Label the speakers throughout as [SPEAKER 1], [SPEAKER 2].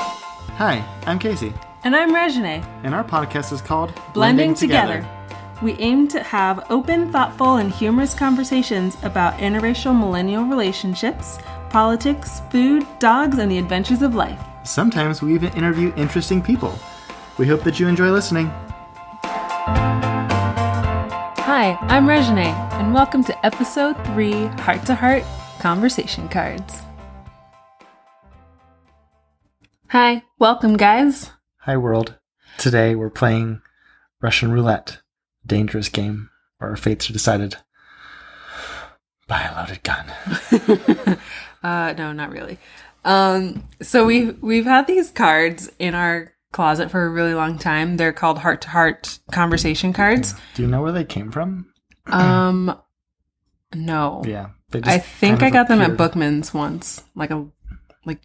[SPEAKER 1] Hi, I'm Casey,
[SPEAKER 2] And I'm Regine.
[SPEAKER 1] and our podcast is called Blending,
[SPEAKER 2] Blending together. We aim to have open, thoughtful, and humorous conversations about interracial millennial relationships, politics, food, dogs, and the adventures of life.
[SPEAKER 1] Sometimes we even interview interesting people. We hope that you enjoy listening.
[SPEAKER 2] Hi, I'm Regine, and welcome to episode three Heart to Heart Conversation Cards. Hi, welcome, guys.
[SPEAKER 1] Hi, world. Today we're playing Russian roulette, a dangerous game where our fates are decided by a loaded gun.
[SPEAKER 2] Uh, no, not really. Um, so we we've had these cards in our closet for a really long time. They're called heart to heart conversation cards.
[SPEAKER 1] Do you know where they came from?
[SPEAKER 2] Um, no,
[SPEAKER 1] Yeah, they just
[SPEAKER 2] I think
[SPEAKER 1] kind
[SPEAKER 2] I
[SPEAKER 1] of
[SPEAKER 2] got them at
[SPEAKER 1] appeared.
[SPEAKER 2] Bookman's once, like a like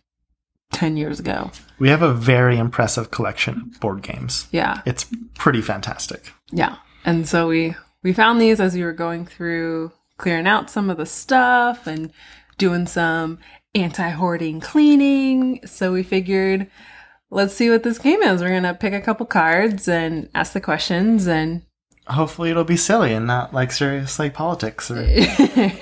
[SPEAKER 2] ten years ago.
[SPEAKER 1] We have a very impressive collection of board games.
[SPEAKER 2] Yeah,
[SPEAKER 1] It's pretty fantastic.
[SPEAKER 2] yeah. And so we we found these as we were going through clearing out some of the stuff and doing some anti hoarding cleaning. So we figured. Let's see what this game is. We're going to pick a couple cards and ask the questions and
[SPEAKER 1] Hopefully, it'll be silly and not like serious like politics or,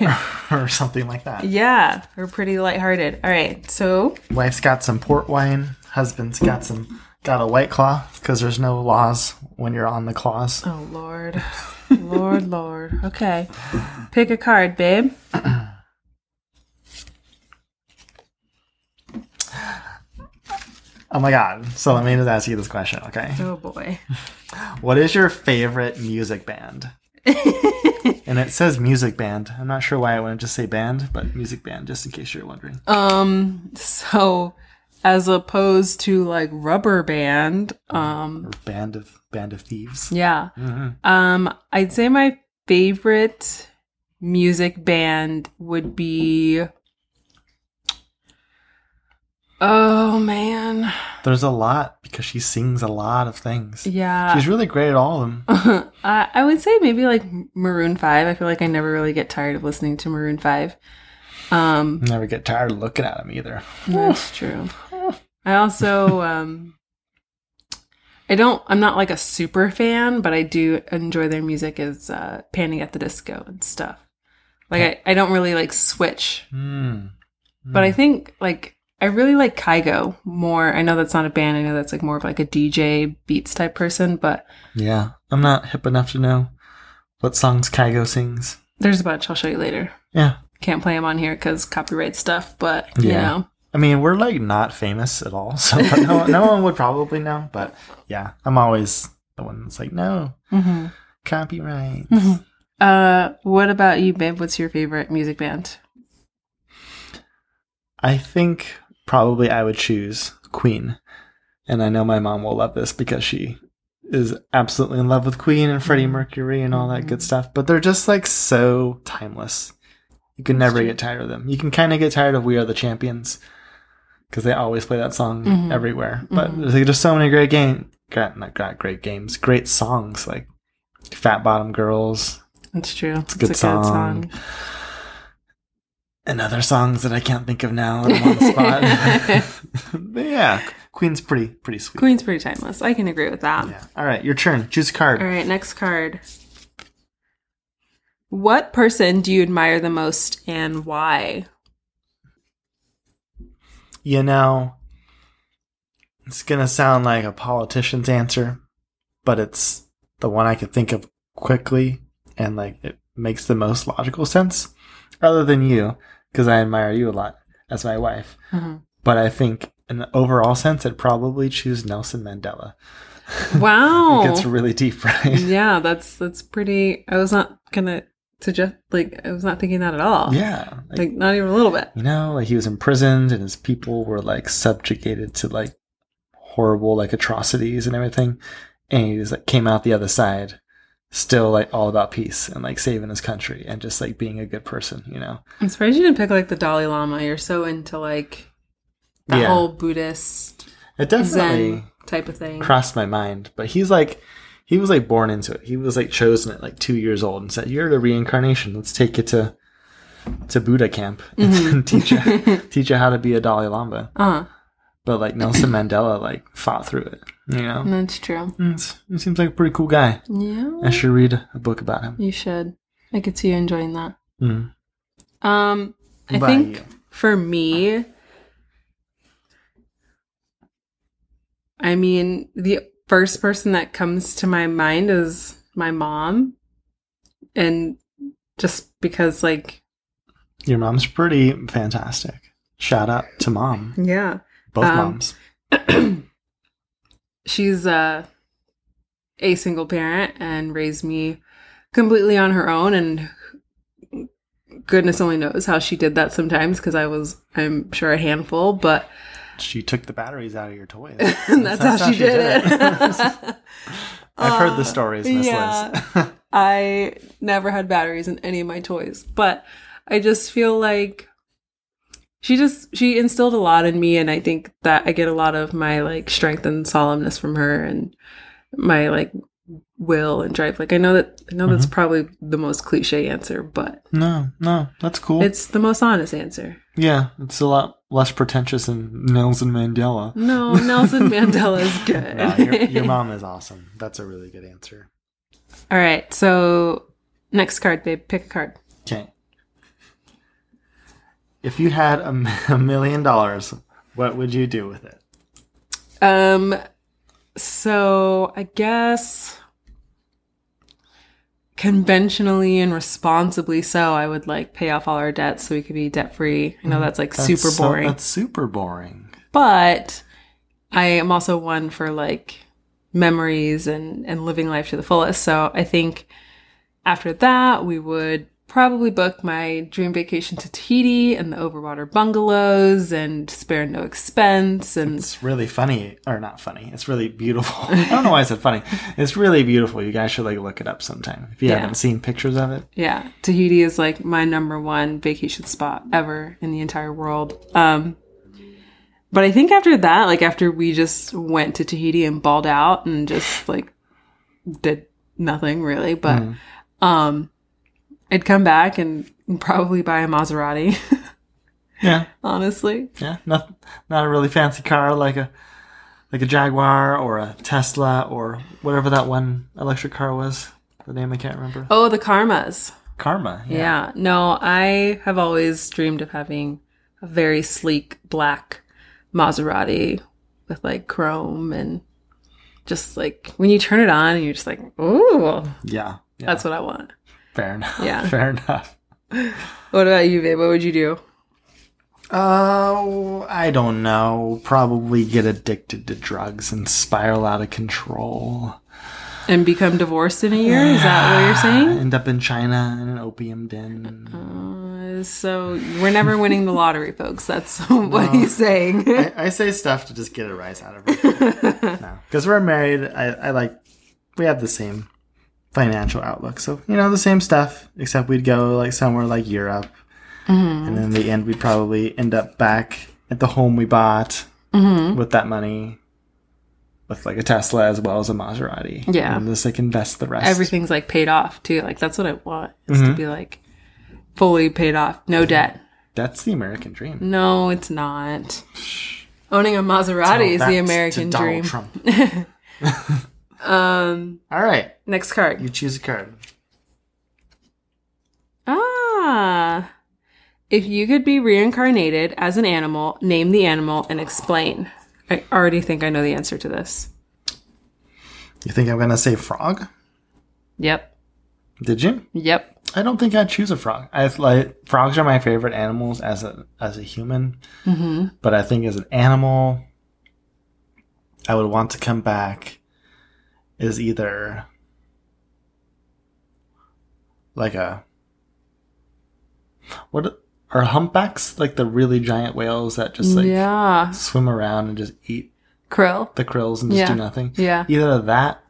[SPEAKER 1] or something like that.
[SPEAKER 2] yeah, we're pretty lighthearted. All right. So,
[SPEAKER 1] Wife's got some port wine. Husband's got some got a white claw because there's no laws when you're on the claws.
[SPEAKER 2] Oh Lord, Lord, Lord. Okay, pick a card, babe.
[SPEAKER 1] Oh my god! So let me just ask you this question, okay?
[SPEAKER 2] Oh boy.
[SPEAKER 1] What is your favorite music band? and it says music band. I'm not sure why I wanted to say band, but music band, just in case you're wondering.
[SPEAKER 2] Um. So, as opposed to like rubber band, um,
[SPEAKER 1] Or band of band of thieves.
[SPEAKER 2] yeah. Um, I'd say my favorite music band would be. Oh man.
[SPEAKER 1] There's a lot because she sings a lot of things.
[SPEAKER 2] Yeah.
[SPEAKER 1] She's really great at all of them.
[SPEAKER 2] uh, I would say maybe like Maroon Five. I feel like I never really get tired of listening to Maroon Five. Um,
[SPEAKER 1] Never get tired of looking at them either.
[SPEAKER 2] that's true. I also, um, I don't. I'm not like a super fan, but I do enjoy their music as uh, Panic at the Disco and stuff. Like I, I don't really like switch,
[SPEAKER 1] Hmm.
[SPEAKER 2] but I think like I really like Kygo more. I know that's not a band. I know that's like more of like a DJ beats type person, but
[SPEAKER 1] Yeah, I'm not hip enough to know what songs Kygo sings.
[SPEAKER 2] there's a bunch. I'll show you later.
[SPEAKER 1] Yeah.
[SPEAKER 2] can't play them on here because copyright stuff but you
[SPEAKER 1] Yeah.
[SPEAKER 2] know
[SPEAKER 1] I mean, we're like not famous at all, so no, no one would probably know. But yeah, I'm always the one that's like, no, copyright.
[SPEAKER 2] uh what about you babe what's your favorite music band
[SPEAKER 1] I think probably I would choose Queen. And I know my mom will love this because she is absolutely in love with Queen and Freddie Mercury and all that good stuff. But they're just like so timeless. You can never
[SPEAKER 2] true.
[SPEAKER 1] get tired of them. You can kind of get tired of We Are the Champions because they always play that song
[SPEAKER 2] Mhm.
[SPEAKER 1] everywhere. But there's just so many great games. Not, not great games, great songs like Fat Bottom Girls
[SPEAKER 2] it's true it's a
[SPEAKER 1] good song. and other songs that I can't think of now in one spot. But yeah, Queen's pretty pretty sweet.
[SPEAKER 2] queen's pretty timeless i can agree with that
[SPEAKER 1] Yeah. All right, your turn. Choose a card.
[SPEAKER 2] all right next card what person do you admire the most and why
[SPEAKER 1] You know, it's gonna sound like a politician's answer, but it's the one I could think of quickly, and like it makes the most logical sense. Other than you, because I admire you a lot as my wife,
[SPEAKER 2] Mhm.
[SPEAKER 1] but I think in an overall sense, I'd probably choose Nelson Mandela.
[SPEAKER 2] wow
[SPEAKER 1] It gets really deep, right?
[SPEAKER 2] yeah that's that's pretty i was not gonna suggest like i was not thinking that at all
[SPEAKER 1] Yeah, like-
[SPEAKER 2] like not even a little bit
[SPEAKER 1] you know like he was imprisoned and his people were like subjugated to like horrible like atrocities and everything and he just like came out the other side still like all about peace and like saving his country and just like being a good person you know
[SPEAKER 2] i'm surprised you didn't pick like the dalai lama you're so into like the
[SPEAKER 1] yeah
[SPEAKER 2] whole Buddhist
[SPEAKER 1] it
[SPEAKER 2] um,
[SPEAKER 1] definitely
[SPEAKER 2] Zen type of thing.
[SPEAKER 1] crossed my mind but he's like he was like born into it he was like chosen at like two years old and said you're the reincarnation let's take you to to buddha camp and teach you teach you how to be a dalai lama
[SPEAKER 2] Uh-huh.
[SPEAKER 1] But like Nelson Mandela, like fought through it. You know,
[SPEAKER 2] That's true.
[SPEAKER 1] It's- he seems like a pretty cool guy. I
[SPEAKER 2] Yeah.
[SPEAKER 1] should read a book about him.
[SPEAKER 2] You should. I could see you enjoying that.
[SPEAKER 1] Mm.
[SPEAKER 2] Um, I
[SPEAKER 1] What about
[SPEAKER 2] think
[SPEAKER 1] you?
[SPEAKER 2] for me, I mean, the first person that comes to my mind is my mom. And just because, like,
[SPEAKER 1] your mom's pretty fantastic. Shout out to mom,
[SPEAKER 2] yeah,
[SPEAKER 1] both
[SPEAKER 2] Um,
[SPEAKER 1] moms.
[SPEAKER 2] she's uh, a single parent and raised me completely on her own and goodness only knows how she did that sometimes because i was i'm sure a handful but
[SPEAKER 1] She took the batteries out of your toys.
[SPEAKER 2] that's, how, she, did, it
[SPEAKER 1] I've heard
[SPEAKER 2] Uh,
[SPEAKER 1] the stories, Miss
[SPEAKER 2] yeah.
[SPEAKER 1] Liz.
[SPEAKER 2] I never had batteries in any of my toys, but I just feel like she just she instilled a lot in me and I think that I get a lot of my like strength and solemnness from her and my like will and drive. Like I know that I know that's probably the most cliche answer, but
[SPEAKER 1] no, no, that's cool.
[SPEAKER 2] it's the most honest answer.
[SPEAKER 1] yeah, it's a lot less pretentious than Nelson Mandela.
[SPEAKER 2] No, Nelson Mandela's good.
[SPEAKER 1] No, your, your mom is awesome. That's a really good answer.
[SPEAKER 2] All right, so next card, babe, pick a card.
[SPEAKER 1] Okay. If you had a, mi- a million dollars, what would you do with it?
[SPEAKER 2] Um, so I guess conventionally and responsibly so, I would like pay off all our debts so we could be debt free. I know that's like
[SPEAKER 1] Mm-hmm. That's
[SPEAKER 2] super
[SPEAKER 1] so-
[SPEAKER 2] boring,
[SPEAKER 1] that's super boring.
[SPEAKER 2] but I am also one for like memories and and living life to the fullest. So I think after that, we would probably book my dream vacation to Tahiti and the overwater bungalows and spare no expense and
[SPEAKER 1] It's really funny, or not funny. It's really beautiful. I don't know why I said funny. It's really beautiful. You guys should like look it up sometime if you
[SPEAKER 2] Yeah.
[SPEAKER 1] haven't seen pictures of it.
[SPEAKER 2] Yeah, Tahiti is like my number one vacation spot ever in the entire world. Um, but I think after that, like after we just went to Tahiti and balled out and just like did nothing really, but um, I'd come back and probably buy a Maserati.
[SPEAKER 1] Yeah,
[SPEAKER 2] honestly,
[SPEAKER 1] yeah. Not not a really fancy car like a like a Jaguar or a Tesla or whatever that one electric car was. The name I can't remember.
[SPEAKER 2] oh the karmas.
[SPEAKER 1] Karma.
[SPEAKER 2] Yeah. no, I have always dreamed of having a very sleek black Maserati with like chrome and just like when you turn it on and you're just like, ooh,
[SPEAKER 1] Yeah. Uh, yeah.
[SPEAKER 2] that's what I want.
[SPEAKER 1] fair enough.
[SPEAKER 2] Yeah.
[SPEAKER 1] Fair enough.
[SPEAKER 2] What about you, babe? What would you do?
[SPEAKER 1] Oh, I don't know. Probably get addicted to drugs and spiral out of control.
[SPEAKER 2] And become divorced in a year? Is that what you're saying?
[SPEAKER 1] End up in China in an opium den.
[SPEAKER 2] Uh, so we're never winning the lottery, folks. That's what he's saying.
[SPEAKER 1] I, I say stuff to just get a rise out of it. no, because we're married. I, I like we have the same financial outlook, so you know the same stuff. Except we'd go like somewhere like Europe, and then in the end we'd probably end up back at the home we bought with that money. With like a Tesla as well as a Maserati,
[SPEAKER 2] Yeah.
[SPEAKER 1] and just like invest the rest.
[SPEAKER 2] Everything's like paid off too. Like that's what I want is to be like fully paid off, no debt.
[SPEAKER 1] That's the American dream.
[SPEAKER 2] No, it's not. Owning a Maserati is
[SPEAKER 1] Oh, Back
[SPEAKER 2] the
[SPEAKER 1] to
[SPEAKER 2] American
[SPEAKER 1] Donald
[SPEAKER 2] dream. Um,
[SPEAKER 1] Trump. All right,
[SPEAKER 2] Next card.
[SPEAKER 1] you choose a card.
[SPEAKER 2] Ah. If you could be reincarnated as an animal, name the animal and explain. I already think I know the answer to this.
[SPEAKER 1] You think I'm gonna say frog?
[SPEAKER 2] Yep.
[SPEAKER 1] Did you?
[SPEAKER 2] Yep.
[SPEAKER 1] I don't think I'd choose a frog. I like frogs are my favorite animals as a as a human, mm-hmm. but I think as an animal, I would want to come back as either like a what are humpbacks like the really giant whales that just like
[SPEAKER 2] yeah.
[SPEAKER 1] swim around and just eat
[SPEAKER 2] Krill.
[SPEAKER 1] the krills and just
[SPEAKER 2] Yeah.
[SPEAKER 1] do nothing.
[SPEAKER 2] Yeah.
[SPEAKER 1] Either that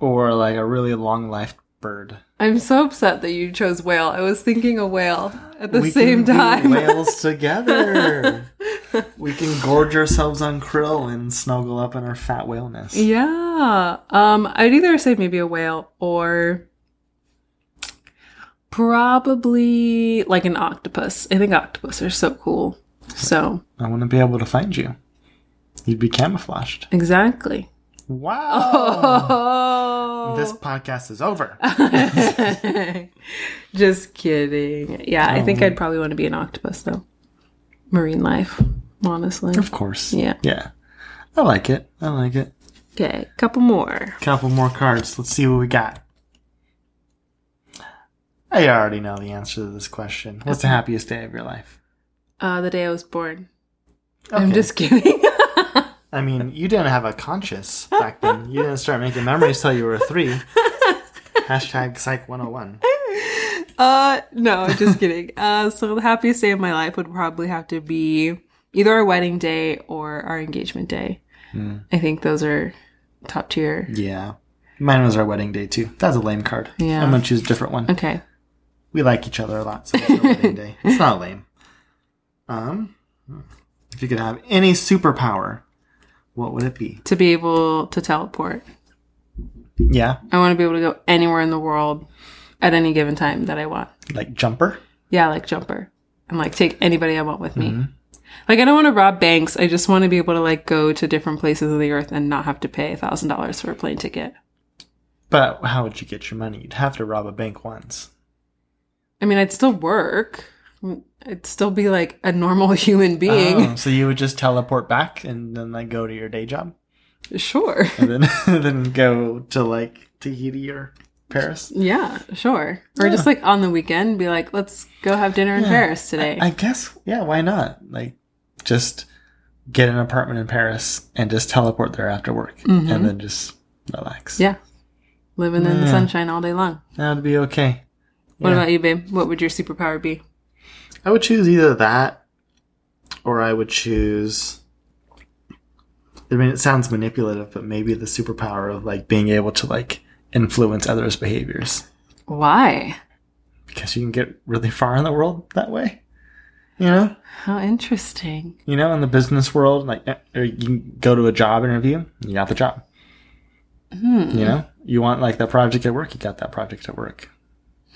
[SPEAKER 1] or like a really long life bird.
[SPEAKER 2] I'm so upset that you chose whale. I was thinking a whale at the
[SPEAKER 1] we
[SPEAKER 2] same
[SPEAKER 1] can
[SPEAKER 2] time.
[SPEAKER 1] Be whales together. we can gorge ourselves on krill and snuggle up in our fat whale nest.
[SPEAKER 2] Yeah. Um, I'd either say maybe a whale or probably like an octopus. I think octopus are so cool. So
[SPEAKER 1] I want to be able to find you. You'd be camouflaged.
[SPEAKER 2] Exactly.
[SPEAKER 1] Wow.
[SPEAKER 2] Oh.
[SPEAKER 1] This podcast is over.
[SPEAKER 2] Just kidding. Yeah, I
[SPEAKER 1] Oh,
[SPEAKER 2] think
[SPEAKER 1] man.
[SPEAKER 2] I'd probably want to be an octopus though. Marine life, honestly.
[SPEAKER 1] Of course.
[SPEAKER 2] Yeah.
[SPEAKER 1] Yeah. I like it. I like it.
[SPEAKER 2] Okay, couple more.
[SPEAKER 1] Couple more cards. Let's see what we got. I already know the answer to this question. What's the happiest day of your life?
[SPEAKER 2] Uh, the day I was born. I'm
[SPEAKER 1] Okay.
[SPEAKER 2] just kidding.
[SPEAKER 1] I mean, you didn't have a conscience back then. You didn't start making memories till you were three. Hashtag Psych 101.
[SPEAKER 2] uh, no, just kidding. Uh, so the happiest day of my life would probably have to be either our wedding day or our engagement day. I think those are top tier.
[SPEAKER 1] Yeah. Mine was our wedding day, too. That's a lame card.
[SPEAKER 2] Yeah.
[SPEAKER 1] I'm going to choose a different one.
[SPEAKER 2] Okay.
[SPEAKER 1] We like each other a lot, so it's our wedding day. It's not lame. Um, if you could have any superpower, what would it be?
[SPEAKER 2] To be able to teleport.
[SPEAKER 1] Yeah.
[SPEAKER 2] I want to be able to go anywhere in the world at any given time that I want.
[SPEAKER 1] Like Jumper?
[SPEAKER 2] Yeah, like jumper. And like take anybody I want with me. Like I don't want to rob banks. I just want to be able to like go to different places of the earth and not have to pay a thousand dollars for a plane ticket.
[SPEAKER 1] But how would you get your money? You'd have to rob a bank once.
[SPEAKER 2] I mean, I'd still work. I'd still be like a normal human being.
[SPEAKER 1] Oh, so you would just teleport back and then like go to your day job?
[SPEAKER 2] Sure.
[SPEAKER 1] and then then go to like Tahiti or Paris.
[SPEAKER 2] Yeah, sure. Or
[SPEAKER 1] Yeah.
[SPEAKER 2] just like on the weekend, be like, let's go have dinner in
[SPEAKER 1] Yeah.
[SPEAKER 2] Paris today.
[SPEAKER 1] I guess yeah, why not? Like just get an apartment in Paris and just teleport there after work
[SPEAKER 2] Mhm.
[SPEAKER 1] and then just relax.
[SPEAKER 2] yeah. Living in the
[SPEAKER 1] Yeah.
[SPEAKER 2] sunshine all day long.
[SPEAKER 1] That'd be okay.
[SPEAKER 2] What
[SPEAKER 1] Yeah.
[SPEAKER 2] about you, babe? What would your superpower be?
[SPEAKER 1] I would choose either that or I would choose I mean it sounds manipulative, but maybe the superpower of like being able to like influence others' behaviors.
[SPEAKER 2] Why?
[SPEAKER 1] Because you can get really far in the world that way. You know?
[SPEAKER 2] How interesting.
[SPEAKER 1] You know, in the business world, like eh, or you can go to a job interview, you got the job.
[SPEAKER 2] Hmm.
[SPEAKER 1] You know, you want like that project at work, you got that project at work.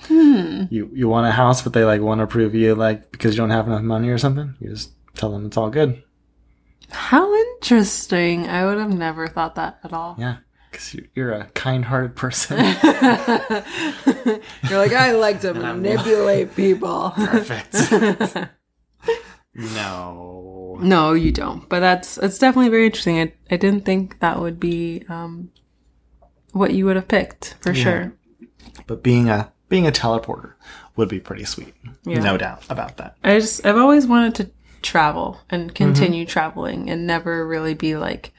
[SPEAKER 2] Hmm.
[SPEAKER 1] You you want a house, but they like want to approve you like because you don't have enough money or something. You just tell them it's all good.
[SPEAKER 2] How interesting. I would have never thought that at all.
[SPEAKER 1] Yeah, because you're a kind-hearted person.
[SPEAKER 2] You're like, I like to manipulate people.
[SPEAKER 1] Perfect. no.
[SPEAKER 2] No, you don't. But that's that's definitely very interesting. I, I didn't think that would be um, what you would have picked for sure.
[SPEAKER 1] But being a being a teleporter would be pretty sweet.
[SPEAKER 2] Yeah.
[SPEAKER 1] No doubt about that.
[SPEAKER 2] I just I've always wanted to travel and continue traveling and never really be like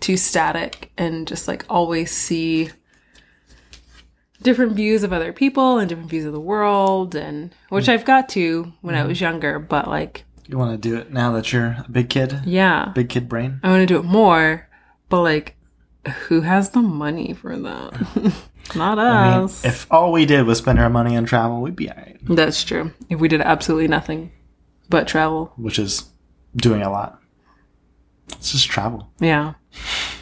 [SPEAKER 2] too static and just like always see different views of other people and different views of the world and which I've got to when I was younger, but like
[SPEAKER 1] You want to do it now that you're a big kid,
[SPEAKER 2] yeah.
[SPEAKER 1] big kid brain.
[SPEAKER 2] I want to do it more, but like, who has the money for that? Not
[SPEAKER 1] I mean,
[SPEAKER 2] us.
[SPEAKER 1] if all we did was spend our money on travel, we'd be alright.
[SPEAKER 2] That's true. If we did absolutely nothing but travel,
[SPEAKER 1] Which is doing a lot. It's just travel
[SPEAKER 2] yeah,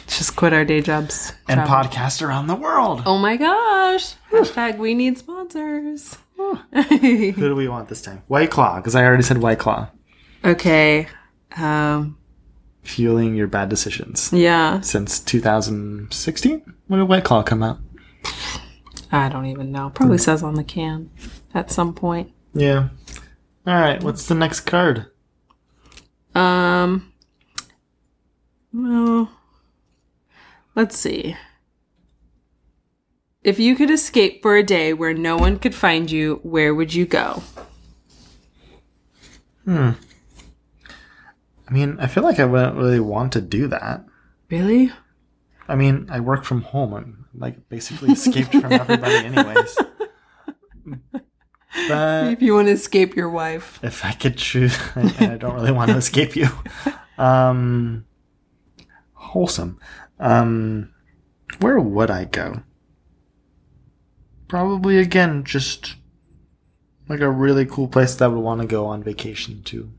[SPEAKER 2] just quit our day jobs
[SPEAKER 1] and
[SPEAKER 2] Travel.
[SPEAKER 1] podcast around the world.
[SPEAKER 2] Oh my gosh! Hashtag we need sponsors.
[SPEAKER 1] Who do we want this time? White Claw, because I already said White Claw.
[SPEAKER 2] okay. Um.
[SPEAKER 1] Fueling your bad decisions
[SPEAKER 2] Yeah.
[SPEAKER 1] since 2016. When did White Claw come out?
[SPEAKER 2] I don't even know. Probably says on the can at some point.
[SPEAKER 1] Yeah. All right. What's the next card?
[SPEAKER 2] Um. Well, let's see. If you could escape for a day where no one could find you, where would you go?
[SPEAKER 1] I mean, I feel like I wouldn't really want to do that.
[SPEAKER 2] Really?
[SPEAKER 1] I mean, I work from home. I'm like basically escaped from everybody, anyways. But
[SPEAKER 2] If you want to escape your wife.
[SPEAKER 1] if I could choose, I, I don't really want to escape you. Um, wholesome. Um, where would I go? Probably again, just like a really cool place that I would want to go on vacation to.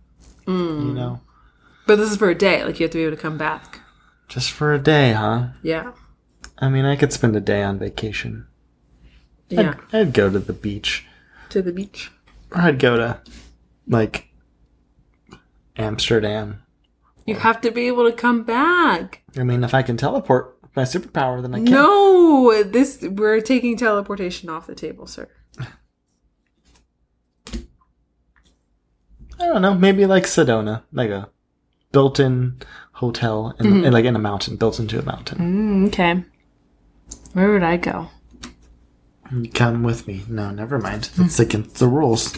[SPEAKER 1] You know,
[SPEAKER 2] But this is for a day. Like, you have to be able to come back.
[SPEAKER 1] just for a day, huh?
[SPEAKER 2] Yeah.
[SPEAKER 1] I mean, I could spend a day on vacation.
[SPEAKER 2] Yeah.
[SPEAKER 1] I'd, I'd go to the beach,
[SPEAKER 2] To the beach.
[SPEAKER 1] or I'd go to like Amsterdam
[SPEAKER 2] You have to be able to come back.
[SPEAKER 1] I mean, if I can teleport with my superpower, then I can.
[SPEAKER 2] No, this we're taking teleportation off the table, sir.
[SPEAKER 1] I don't know. Maybe like Sedona, like a built-in hotel, in, in- like in a mountain, built into a mountain.
[SPEAKER 2] Mm, okay. Where would I go?
[SPEAKER 1] Mm. Come with me. No, never mind. It's against the rules.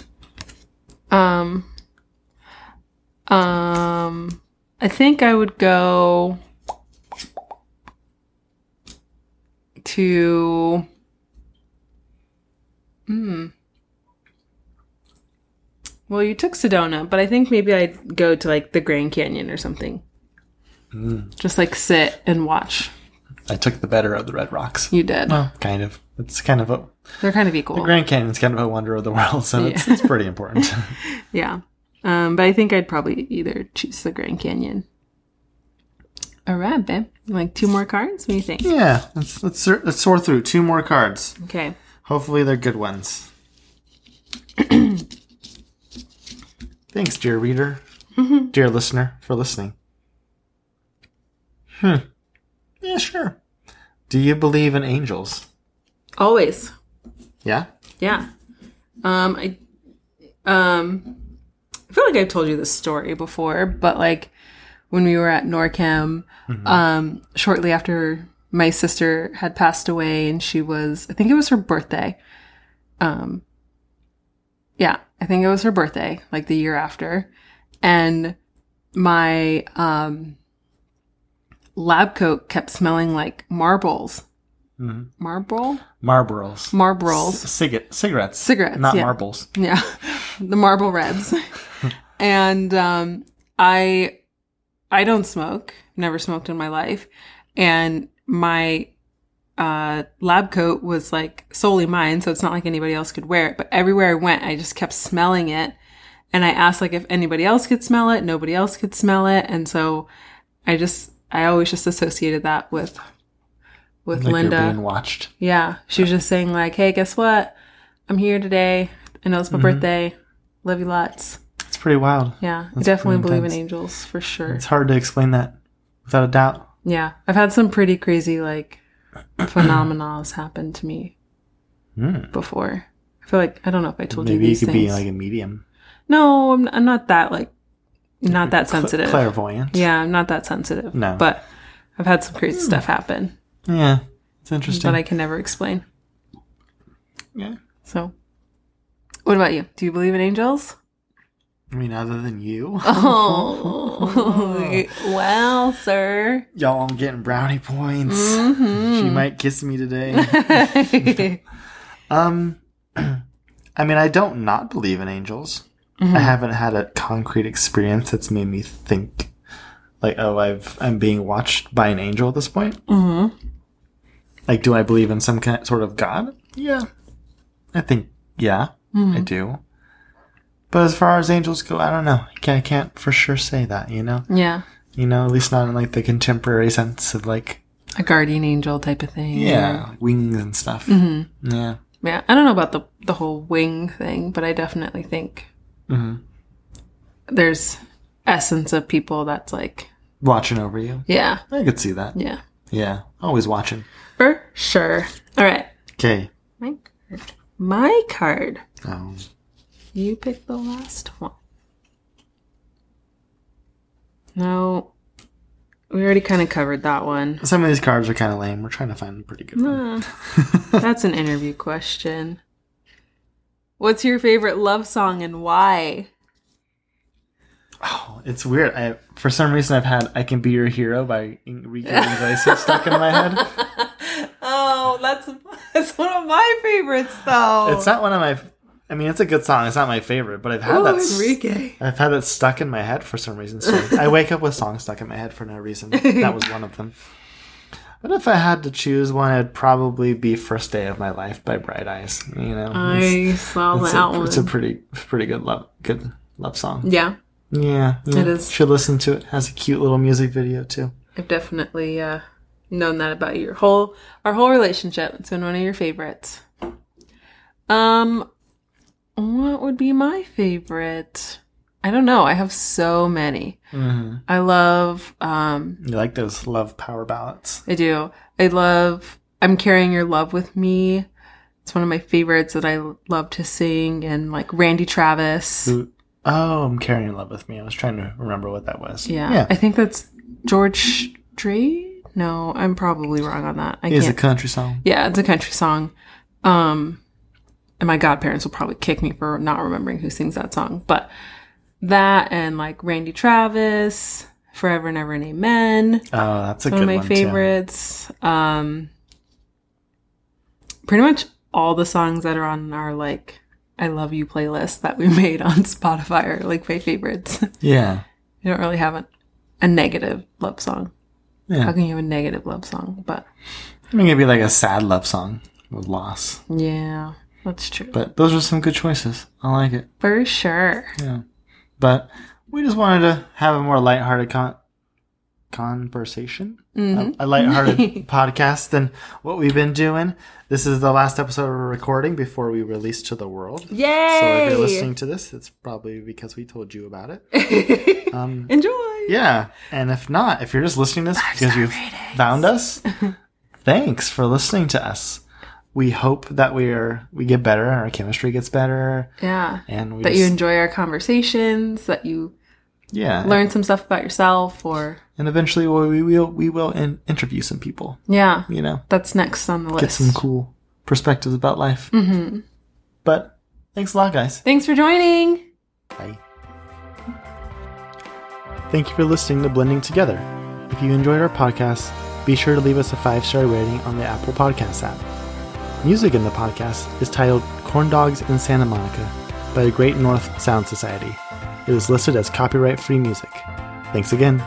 [SPEAKER 2] Um, um, I think I would go to. Hmm. Well, you took Sedona, but I think maybe I'd go to like the Grand Canyon or something. Just like sit and watch.
[SPEAKER 1] I took the better of the Red Rocks.
[SPEAKER 2] You did.
[SPEAKER 1] Well, kind of. It's kind of a
[SPEAKER 2] They're kind of equal.
[SPEAKER 1] Grand Canyon's kind of a wonder of the world, so it's, it's pretty important.
[SPEAKER 2] Yeah. Um, but I think I'd probably either choose the Grand Canyon. All right, babe. Like two more cards? What do you think?
[SPEAKER 1] yeah, let's let's, sor- let's sort through two more cards.
[SPEAKER 2] Okay.
[SPEAKER 1] Hopefully, they're good ones. Thanks, dear reader,
[SPEAKER 2] Mm-hmm.
[SPEAKER 1] dear listener, for listening. Hmm. Yeah, sure. Do you believe in angels?
[SPEAKER 2] Always.
[SPEAKER 1] Yeah.
[SPEAKER 2] Yeah. Um, I, um, I feel like I've told you this story before, but like when we were at NORCAM, um, shortly after my sister had passed away and she was, I think it was her birthday. Um, yeah, I think it was her birthday, like the year after. And my, um, lab coat kept smelling like marbles.
[SPEAKER 1] Mhm.
[SPEAKER 2] Marble?
[SPEAKER 1] Marlboros.
[SPEAKER 2] Marbles.
[SPEAKER 1] C- cigarette- cigarettes.
[SPEAKER 2] Cigarettes,
[SPEAKER 1] Not
[SPEAKER 2] yeah.
[SPEAKER 1] marbles.
[SPEAKER 2] Yeah, the Marble Reds. and um, I, I don't smoke. Never smoked in my life, and my uh, lab coat was like solely mine, so it's not like anybody else could wear it. But everywhere I went, I just kept smelling it, and I asked like if anybody else could smell it. Nobody else could smell it, and so I just I always just associated that with with
[SPEAKER 1] Like
[SPEAKER 2] Linda.
[SPEAKER 1] you're being watched.
[SPEAKER 2] Yeah. She was just saying, like, hey, guess what? I'm here today. I know it's
[SPEAKER 1] Mm-hmm.
[SPEAKER 2] my birthday. Love you lots.
[SPEAKER 1] It's pretty wild.
[SPEAKER 2] Yeah. I
[SPEAKER 1] That's
[SPEAKER 2] definitely
[SPEAKER 1] pretty
[SPEAKER 2] believe in
[SPEAKER 1] intense.
[SPEAKER 2] angels for sure.
[SPEAKER 1] It's hard to explain that without a doubt.
[SPEAKER 2] Yeah. I've had some pretty crazy, like, phenomena's happen to me
[SPEAKER 1] Hmm.
[SPEAKER 2] before. I feel like, I don't know if I told you
[SPEAKER 1] Maybe you
[SPEAKER 2] these
[SPEAKER 1] could
[SPEAKER 2] things.
[SPEAKER 1] be like a medium.
[SPEAKER 2] no, I'm, I'm not that, like, not that
[SPEAKER 1] Cla-
[SPEAKER 2] sensitive.
[SPEAKER 1] clairvoyant.
[SPEAKER 2] yeah, I'm not that sensitive.
[SPEAKER 1] No.
[SPEAKER 2] But I've had some crazy stuff happen
[SPEAKER 1] Yeah. It's interesting.
[SPEAKER 2] that I can never explain.
[SPEAKER 1] yeah.
[SPEAKER 2] So, what about you? Do you believe in angels?
[SPEAKER 1] I mean, other than you.
[SPEAKER 2] Oh, well, sir.
[SPEAKER 1] Y'all, I'm getting brownie points. She might kiss me today.
[SPEAKER 2] mm-hmm.
[SPEAKER 1] um, I mean, I don't not believe in angels. I haven't had a concrete experience that's made me think, like, oh, I've I'm being watched by an angel at this point. Like, do I believe in some kind sort of god? Yeah, I think yeah, I do. But as far as angels go, I don't know. I can't, I can't for sure say that. You know,
[SPEAKER 2] Yeah.
[SPEAKER 1] you know, at least not in like the contemporary sense of like
[SPEAKER 2] A guardian angel type of thing.
[SPEAKER 1] Yeah, wings and stuff. Yeah.
[SPEAKER 2] Yeah. I don't know about the, the whole wing thing, but I definitely think
[SPEAKER 1] Mm-hmm.
[SPEAKER 2] there's essence of people that's like,
[SPEAKER 1] Watching over you.
[SPEAKER 2] yeah,
[SPEAKER 1] I could see that.
[SPEAKER 2] yeah.
[SPEAKER 1] Yeah. Always watching.
[SPEAKER 2] For sure. All right.
[SPEAKER 1] Okay.
[SPEAKER 2] My card. My card.
[SPEAKER 1] Um,
[SPEAKER 2] You pick the last one. No. We already kind of covered that one.
[SPEAKER 1] some of these cards are kind of lame. We're trying to find a pretty good one.
[SPEAKER 2] Uh, that's an interview question. What's your favorite love song and why?
[SPEAKER 1] Oh, it's weird. I For some reason, I've had I Can Be Your Hero by Enrique Iglesias stuck in my head.
[SPEAKER 2] Oh, that's that's one of my favorites though.
[SPEAKER 1] It's not one of my. I mean, it's a good song. It's not my favorite, but I've had
[SPEAKER 2] Oh,
[SPEAKER 1] that. s-
[SPEAKER 2] Enrique.
[SPEAKER 1] I've had that stuck in my head for some reason. So I wake up with songs stuck in my head for no reason. That was one of them. But if I had to choose one, it'd probably be "First Day of My Life" by Bright Eyes. You know, it's,
[SPEAKER 2] I saw
[SPEAKER 1] it's
[SPEAKER 2] that
[SPEAKER 1] a,
[SPEAKER 2] one.
[SPEAKER 1] it's a pretty, pretty good love, good love song.
[SPEAKER 2] yeah,
[SPEAKER 1] Yeah, yeah,
[SPEAKER 2] It is.
[SPEAKER 1] Should listen to it. Has a cute little music video too.
[SPEAKER 2] I've definitely uh, known that about your whole our whole relationship. It's been one of your favorites. Um, what would be my favorite? I don't know. I have so many.
[SPEAKER 1] Mm-hmm.
[SPEAKER 2] I love um
[SPEAKER 1] You like those love power ballads?
[SPEAKER 2] I do. I love I'm carrying your love with me. It's one of my favorites that I love to sing and like Randy Travis.
[SPEAKER 1] Who- Oh, I'm carrying your love with me. I was trying to remember what that was.
[SPEAKER 2] Yeah.
[SPEAKER 1] yeah.
[SPEAKER 2] I think that's George Strait. No, I'm probably wrong on that. I
[SPEAKER 1] It is a
[SPEAKER 2] can't.
[SPEAKER 1] country song.
[SPEAKER 2] yeah, it's a country song. Um, and my godparents will probably kick me for not remembering who sings that song. But that and like Randy Travis, Forever and Ever and Amen.
[SPEAKER 1] Oh, that's a
[SPEAKER 2] One
[SPEAKER 1] good
[SPEAKER 2] of my
[SPEAKER 1] one too.
[SPEAKER 2] favorites. Um, pretty much all the songs that are on our like I love you playlist that we made on Spotify are like my favorites.
[SPEAKER 1] Yeah.
[SPEAKER 2] You don't really have a, a negative love song. How
[SPEAKER 1] Yeah.
[SPEAKER 2] can you have a negative love song? But
[SPEAKER 1] I mean, it'd be like a sad love song with loss.
[SPEAKER 2] yeah, that's true.
[SPEAKER 1] But those are some good choices. I like it.
[SPEAKER 2] For sure.
[SPEAKER 1] Yeah. But we just wanted to have a more lighthearted con- conversation,
[SPEAKER 2] Mhm.
[SPEAKER 1] a, a lighthearted podcast than what we've been doing. This is the last episode we're recording before we release to the world.
[SPEAKER 2] Yay!
[SPEAKER 1] So if you're listening to this, it's probably because we told you about it. Um,
[SPEAKER 2] Enjoy.
[SPEAKER 1] yeah. And if not, if you're just listening to this because
[SPEAKER 2] star
[SPEAKER 1] you've found us, thanks for listening to us. We hope that we are we get better and our chemistry gets better
[SPEAKER 2] Yeah.
[SPEAKER 1] and we
[SPEAKER 2] That
[SPEAKER 1] just-
[SPEAKER 2] you enjoy our conversations, that you
[SPEAKER 1] yeah
[SPEAKER 2] learn some stuff about yourself, or
[SPEAKER 1] and eventually we will we will in, interview some people
[SPEAKER 2] yeah,
[SPEAKER 1] you know
[SPEAKER 2] that's next on the list.
[SPEAKER 1] get some cool perspectives about life mm-hmm. but thanks a lot guys
[SPEAKER 2] Thanks for joining.
[SPEAKER 1] bye thank you for listening to blending together if you enjoyed our podcast be sure to leave us a five-star rating on the apple podcast app music in the podcast is titled corn dogs in santa monica by the great north sound society it is listed as copyright free music thanks again